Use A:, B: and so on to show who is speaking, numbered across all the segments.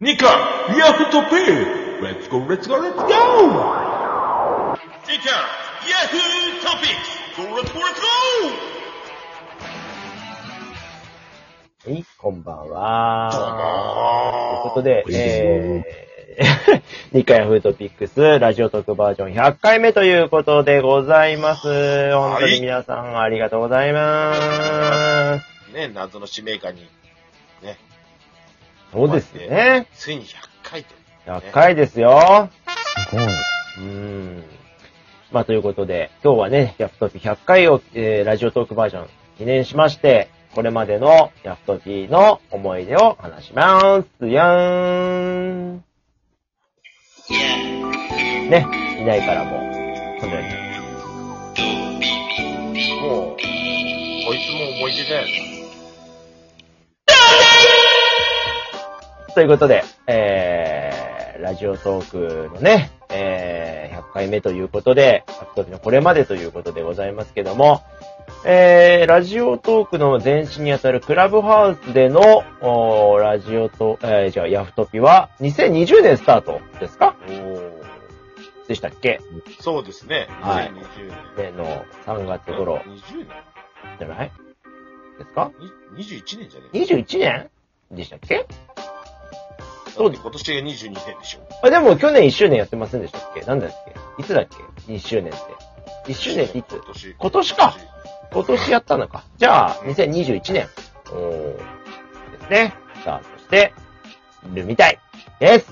A: ニカ、ヤフトピー !Let's go, let's go, let's go! ニカ、ヤフトピック !Go, let's go, let's go!
B: はい、こんばんは。
A: どう
B: という
A: も
B: ことで、えー、2回 フートピックス、ラジオ特バージョン100回目ということでございます。本当に皆さんありがとうございます。
A: ね、謎の使命感に、ね、
B: そうですね。
A: ついに100回と。
B: 100回ですよ。
C: すごい。
B: うん。まあ、ということで、今日はね、ヤフトピ100回を、えーラジオトークバージョン記念しまして、これまでのヤフトピの思い出を話します。やーん。ね、いないからも、このように。
A: もう、こいつも思い出だよね。
B: ということで、えー、ラジオトークのね、えー、100回目ということで、100回目のこれまでということでございますけども、えー、ラジオトークの前身にあたるクラブハウスでの、おーラジオと、えー、じゃあ、ヤフトピは2020年スタートですか
A: おー
B: でしたっけ
A: そうですね。
B: はい
A: 2020年。
B: 例の3月頃
A: 20年
B: じゃないですか
A: に ?21 年じゃねえ
B: ?21 年でしたっけ
A: そうで今年が22年でしょ。
B: あ、でも去年1周年やってませんでしたっけなんだっけいつだっけ ?1 周年って。1周年っていつ
A: 今年。
B: 今年か。今年やったのか。じゃあ、2021年。おーですね。スタートして、るみたいです。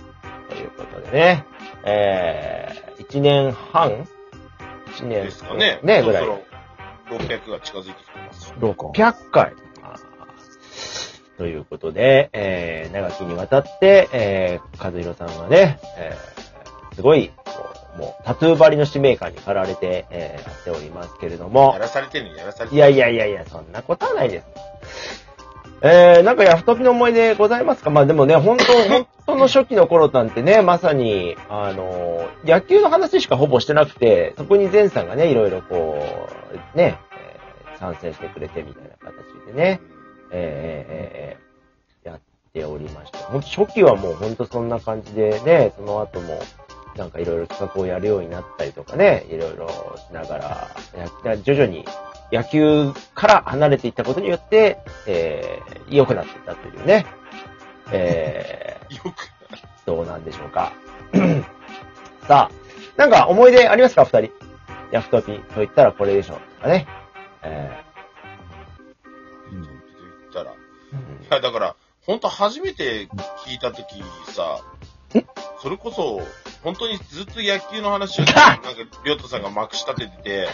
B: ということでね。えー、1年半 ?1 年。
A: ですかね。
B: ね、
A: そ
B: ぐ
A: ろ
B: ら
A: そろ
B: い。
A: 600が近づいてきてます。
C: どうか。
B: 100回。あーということで、えー、長きにわたって、えー、和弘さんがね、えー、すごい、こうもう、タトゥー張りの使命感に駆られて、えー、やっておりますけれども
A: や。らされてるのやらされて
B: い
A: る。
B: やいやいやいや、そんなことはないです。えー、なんかヤフトピの思い出ございますかまあでもね、本当本当の初期の頃なんてね、まさに、あのー、野球の話しかほぼしてなくて、そこに前さんがね、いろいろこう、ね、えー参戦してくれてみたいな形でね、えーえーえーえーやっておりました。本当初期はもう本当そんな感じでね、その後も、なんかいろいろ企画をやるようになったりとかね、いろいろしながら、や徐々に野球から離れていったことによって、えー、良くなっていったというね、え
A: よく。
B: ー、どうなんでしょうか。 さあ、なんか思い出ありますか二人。ヤフトピと言ったらこれでしょうとかね。え
A: 言ったら。い
B: ー
A: や、だから、ほんと初めて聞いたときさ、それこそ、本当にずっと野球の話 を、なんか、りょうとさんがまくし立ててて、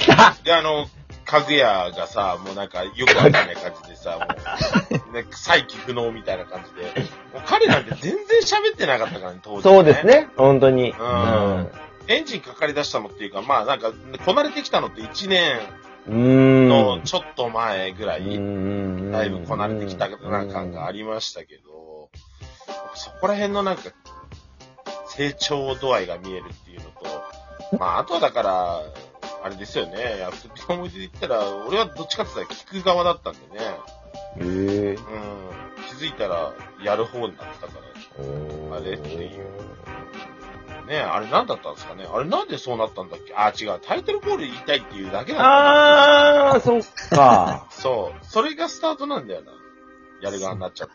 A: で、あの、かぐやがさ、もうなんか、よくわかんない感じでさ、もう、ね、再起不能みたいな感じで、もう彼なんて全然喋ってなかったからね、当時、
B: そうです。ね、本当に。
A: うんエンジンかかり出したのっていうか、まあなんか、こなれてきたのって1年
B: うーん。
A: のちょっと前ぐらい、だ
B: だ
A: いぶこなれてきたなんか感がありましたけど、そこら辺のなんか、成長度合いが見えるっていうのと、まあ、あとはだから、あれですよね、やっとの思い出で言ったら、俺はどっちかって言ったら聞く側だったんでね、
B: へぇ
A: うん、気づいたらやる方になってたから、
B: ー。
A: あれっていうねあれ何だったんですかねあれなんでそうなったんだっけあ、違う。タイトルコール言いたいっていうだけなんだ
B: あー、そっ か。
A: そう。それがスタートなんだよな。やる側になっちゃっ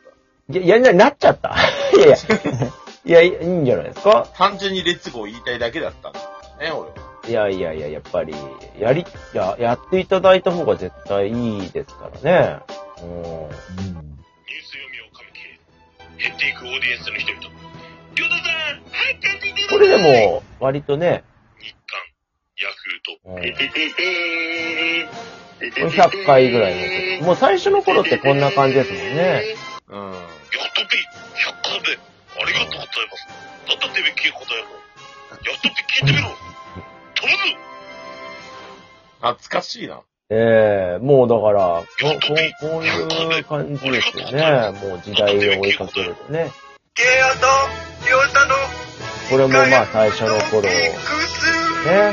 B: いや、いやな、なっちゃった。 いやいや。いや、いいんじゃないですか
A: た。単純にレッツゴー言いたいだけだったんだよね、俺は。
B: いやいやいや、やっぱり、やり、や、やっていただいた方が絶対いいですからね。うん。
C: うん。
D: ニュース読みを噛み切り、減っていくオーディエンスの一人と、りょうたさん、早く帰ってきて
B: これで、も、割とね、
D: 日刊、ヤフ
B: うん
D: ーと、
B: 100回ぐらいの。もう最初の頃ってこんな感じですもんね。
A: うん。
D: やっとぴ、100回目、ありがとうございます。なんだてめえ聞くことやろ。やっとぴ聞いてみろ。頼む
A: 懐かしいな。
B: ええもうだから、こうこうこういう感じですよね。もう時代を追いかけるとね。
D: ゲアと、りょうたの、
B: これもまあ最初の頃、ね。
A: いや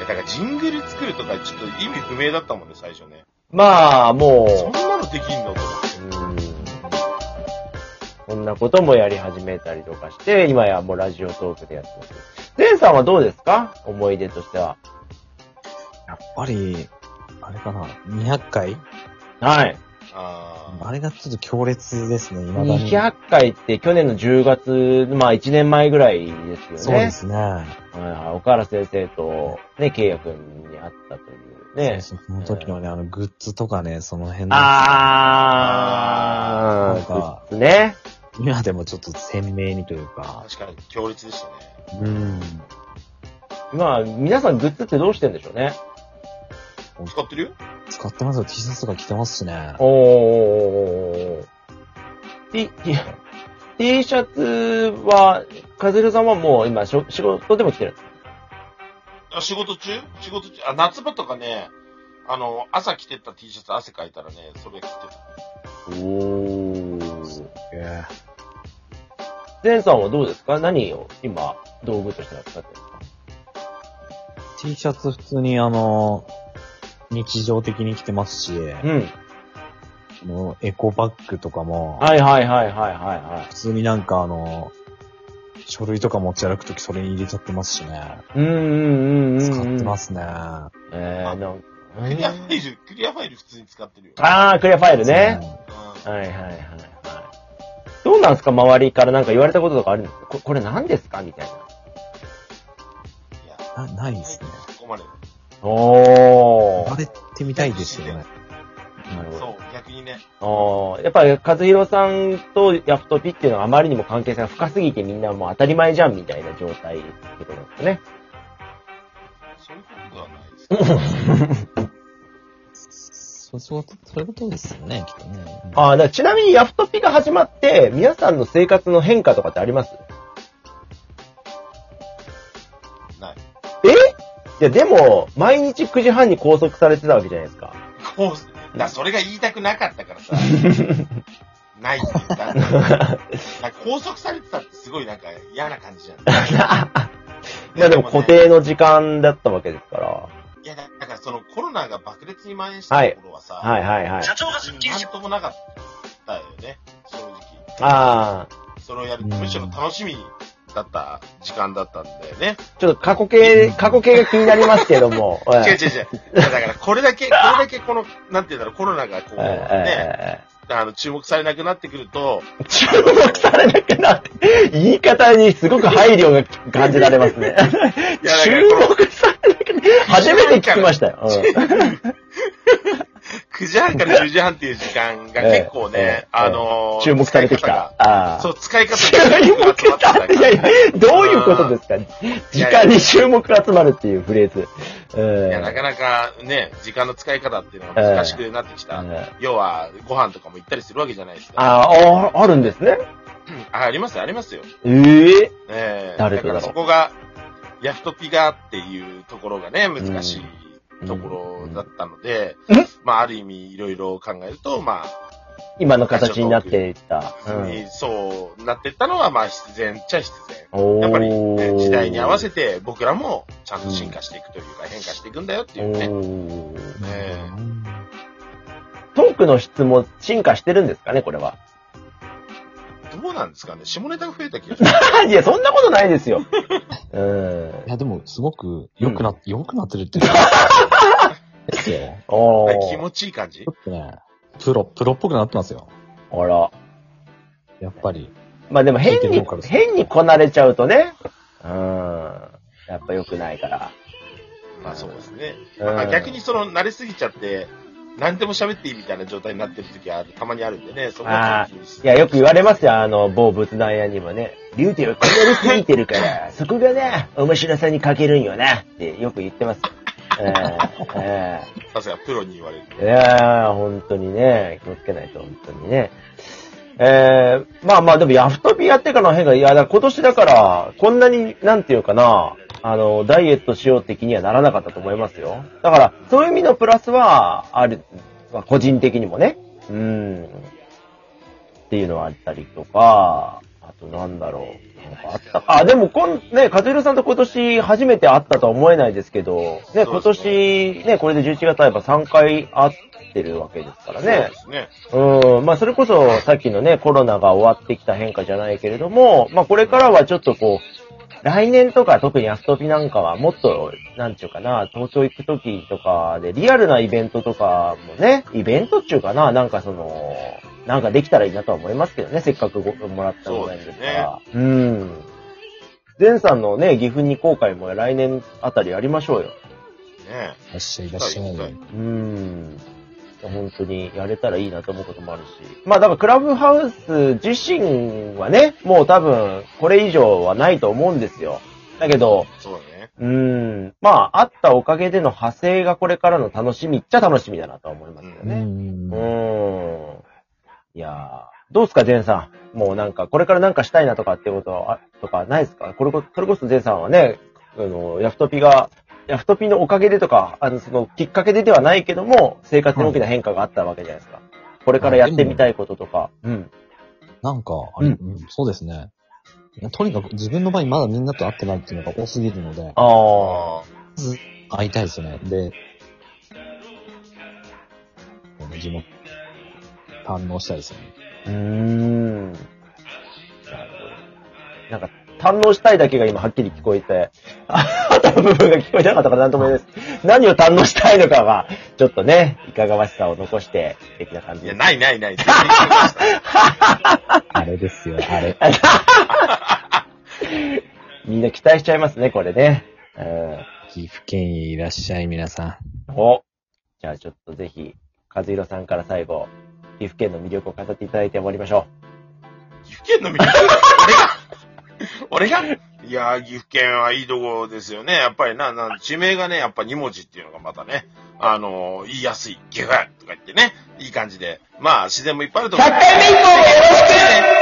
A: だからジングル作るとかちょっと意味不明だったもんね、最初ね。
B: まあ、も
A: そんなのできんのとか。
B: う、うん。そんなこともやり始めたりとかして、今やもうラジオトークでやってます。ゼンさんはどうですか思い出としては。
C: やっぱり、あれかな、200回
B: はい。
A: あ
C: あれがちょっと強烈ですね、今だに。
B: 200回って去年の10月、まあ1年前ぐらいですよね。
C: そうですね。
B: はいはい。岡原先生と、ね、圭也くんに会ったというね。
C: そうそうその時のね、あの、グッズとかね、その辺の。
B: あー、
C: なんか
B: グッズね。
C: 今でもちょっと鮮明にという
A: あ。
C: か。
A: 確かに強烈でしたね。
C: うん。
B: まあ、皆さんグッズってどうしてんでしょうね。
A: 使ってるよ
C: 使ってますよ。T シャツとか着てますしね。
B: おー。T、T T シャツは、カズルさんはもう今、しょ仕事でも着てるんですか
A: あ仕事中仕事中あ、夏場とかね、あの、朝着てった T シャツ汗かいたらね、それ着てた。
B: おー。ゼンさんはどうですか何を今、道具として扱ってるんですか
C: T シャツ普通にあの、日常的に着てますし、
B: うん。
C: あのエコバッグとかも、
B: はいはいはいはいはいは
C: 普通になんかあの、書類とか持ち歩くときそれに入れちゃってますしね。
B: い。うんうんうんうん、うん。。
C: 使ってますすね。
B: えー、なんか
A: クリアファイル、クリアファイル普通に使ってるよ。
B: あー、クリアファイルね。
A: う
B: はいはいはいはい。どうなんですか周りからなんか言われたこととかあるんですかここれ何ですかみたいな。
A: ん。いや、
C: なないですね。
A: そこまで。
B: お
C: 言わ。れてみたいですよね。
B: なる
A: そう、逆にね。
B: ほど。やっぱり、和弘さんとヤフトピっていうのはあまりにも関係性が深すぎてみんなもう当たり前じゃんみたいな状態ってことなんですかね。
A: そういうことではないですけど。
C: そう、そう、そういうことですよね、きっとね。
B: ああ、だからちなみにヤフトピが始まって、皆さんの生活の変化とかってあります
A: ない。
B: えいや、でも、毎日9時半に拘束されてたわけじゃないです か。
A: こう、だからそれが言いたくなかったからさ。ないって言った。なんか拘束されてたってすごいなんか嫌な感じじ ゃん。
B: いや、でも固定の時間だったわけですから。
A: いや、だからそのコロナが爆裂に蔓延し
B: は
A: た
B: い
A: 頃はさ、
B: はいはいはい。
D: 社長がスッキリ
A: な
D: し
A: んともなかったよね、正直。
B: ああ、
A: それをやる、
C: うん
A: むしろ楽しみだった時間だったんだよね。
B: ちょっと過去形、過去形が気になりますけど も。え
A: 違う違う違う。いやだからこれだ け、これだけこの、なんて言うんだろう、コロナがこう、ね、
B: ええ
A: あの、注目されなくなってくると、
B: 注目されなくなって、言い方にすごく配慮が感じられますね。
A: いやだから
B: 注目されなくな初めて聞きましたよ。うん
A: 9時半から10時半っていう時間が結構ね、
B: ええええ
A: あのー
B: 注目されてき
A: 使い方
B: た
A: が。
B: ああ。
A: そう、使い方
B: 注
A: が
B: 目されて、いやいや、どういうことですか時間に注目が集まるっていうフレーズ。うん
A: いや、なかなかね、時間の使い方っていうのが難しくなってきた。
B: うん
A: 要は、ご飯とかも行ったりするわけじゃないですか。あ、
B: ああ、ああるんですね。
A: ありますよ、ありますよ。
B: ええ
A: ええ
B: 誰
A: だ
B: と
A: から
B: だろう
A: そこが、ヤフトピがっていうところがね、難しいところだったので、
B: うんうん
A: まあ、ある意味、いろいろ考えると、ま
B: 今の形になっていった。
A: あ、
B: うん
A: そうなってったのは、まあ、必然っちゃ必然。
B: おー
A: やっぱり、ね、時代に合わせて、僕らもちゃんと進化していくというか、変化していくんだよっていうね。
B: おー
A: え
B: トークの質も進化してるんですかね、これは。
A: どうなんですかね下ネタが増えた気がします
B: いや、そんなことないで すよ。うん。
C: いや、でも、すごく、良くな、良くなってるって いうか。ですよ。
B: お
A: はい気
B: ー。
A: 持ちいい感じ
C: ちょっとね、プロ、プロっぽくなってますよ。
B: あら。
C: やっぱり。
B: まあでも変
C: 聞いてる
B: に
C: 方から、すると
B: 変にこなれちゃうとね。うん。やっぱ良くないから。
A: まあそうですね。
B: うん
A: まあ逆にその慣れすぎちゃって、何でも喋っていいみたいな状態になってる時はあるたまにあるんでね、そこはちょっと気にし
B: いや、よく言われますよ、あの、某仏壇屋にもね。竜亭はこなれすぎて るから、そこがね、面白さに欠けるんよな、ってよく言ってます。えー、えー。
A: さすがプロに言われる。
B: いやー、本当にね、気をつけないと、本当にね。えー、まあまあ、でも、ヤフトピやってからの変化、いや、だから今年だから、こんなに、なんていうかな、あの、ダイエットしようって気にはならなかったと思いますよ。だから、そういう意味のプラスは、ある、まあ個人的にもね、うん、っていうのはあったりとか、あとなんだろう。なんかあったか。あ、でもこん、ね、かずひろさんと今年初めて会ったとは思えないですけど、ね、今年、ね、これで11月会えば3回会ってるわけですから
A: そう
B: ね
A: で。すね。
B: うん、まあそれこそさっきのね、コロナが終わってきた変化じゃないけれども、まあこれからはちょっとこう、来年とか特にアストピなんかはもっと、なんちゅうかな、東京行く時とかでリアルなイベントとかもね、イベントっちゅうかな、なんかその、なんかできたらいいなとは思いますけどね、せっかくごもらったご縁ですから。うん。前さんのね、岐阜に後悔も来年あたりやりましょうよ。
A: ね
C: らっしゃい
A: え。
C: らっしゃ
A: 行きたい
C: い
A: 行。き
B: うーん。本当にやれたらいいなと思うこともあるし。まあだからクラブハウス自身はね、もう多分これ以上はないと思うんですよ。だけど、
A: たいそうだね。
B: うーん。まあ、あったおかげでの派生がこれからの楽しみっちゃ楽しみだなとは思いますよ
C: う
B: ね。
C: ん
B: う。ーん。いやー。どうですか、ゼンさん。もうなんか、これからなんかしたいなとかっていうことは、あとかないですかこれこ、それこそゼンさんはね、あの、ヤフトピが、ヤフトピのおかげでとか、あの、その、きっかけでではないけども、生活に大きな変化があったわけじゃないですか。これからやってみたいこととか。うん。
C: なんか、あれ、
B: う
C: うんそうですね。とにかく自分の場合まだみんなと会ってないっていうのが多すぎるので、
B: あー。
A: あ
C: 会いたいですね。で、この地元、堪能したいですよね。
B: うーん。なるほどなんか、堪能したいだけが今はっきり聞こえて、ああとの部分が聞こえなかったからなんとも言えないです。何を堪能したいのかは、ちょっとね、いかがわしさを残して、素敵な感
A: あ。
B: じ
A: いや、
B: で。
A: ないないない。全然行きました
C: あれですよ、あれ。
B: みんな期待しちゃいますね、これね。う
C: 岐阜県へいらっしゃい、皆さ
B: ん。おじゃあちょっとぜひ、和弘さんから最後、岐阜県の魅力を語っていただいて終わりましょ
A: 岐阜県の魅力俺が俺がいやー、岐阜県はいいとこですよね。やっぱりな、な、地名がね、やっぱ2文字っていうのがまたね、あのー言いやすい。岐阜とか言ってね、いい感じで。まあ、自然もいっぱいある
B: う。
A: と思う。
B: 目以降もよろしく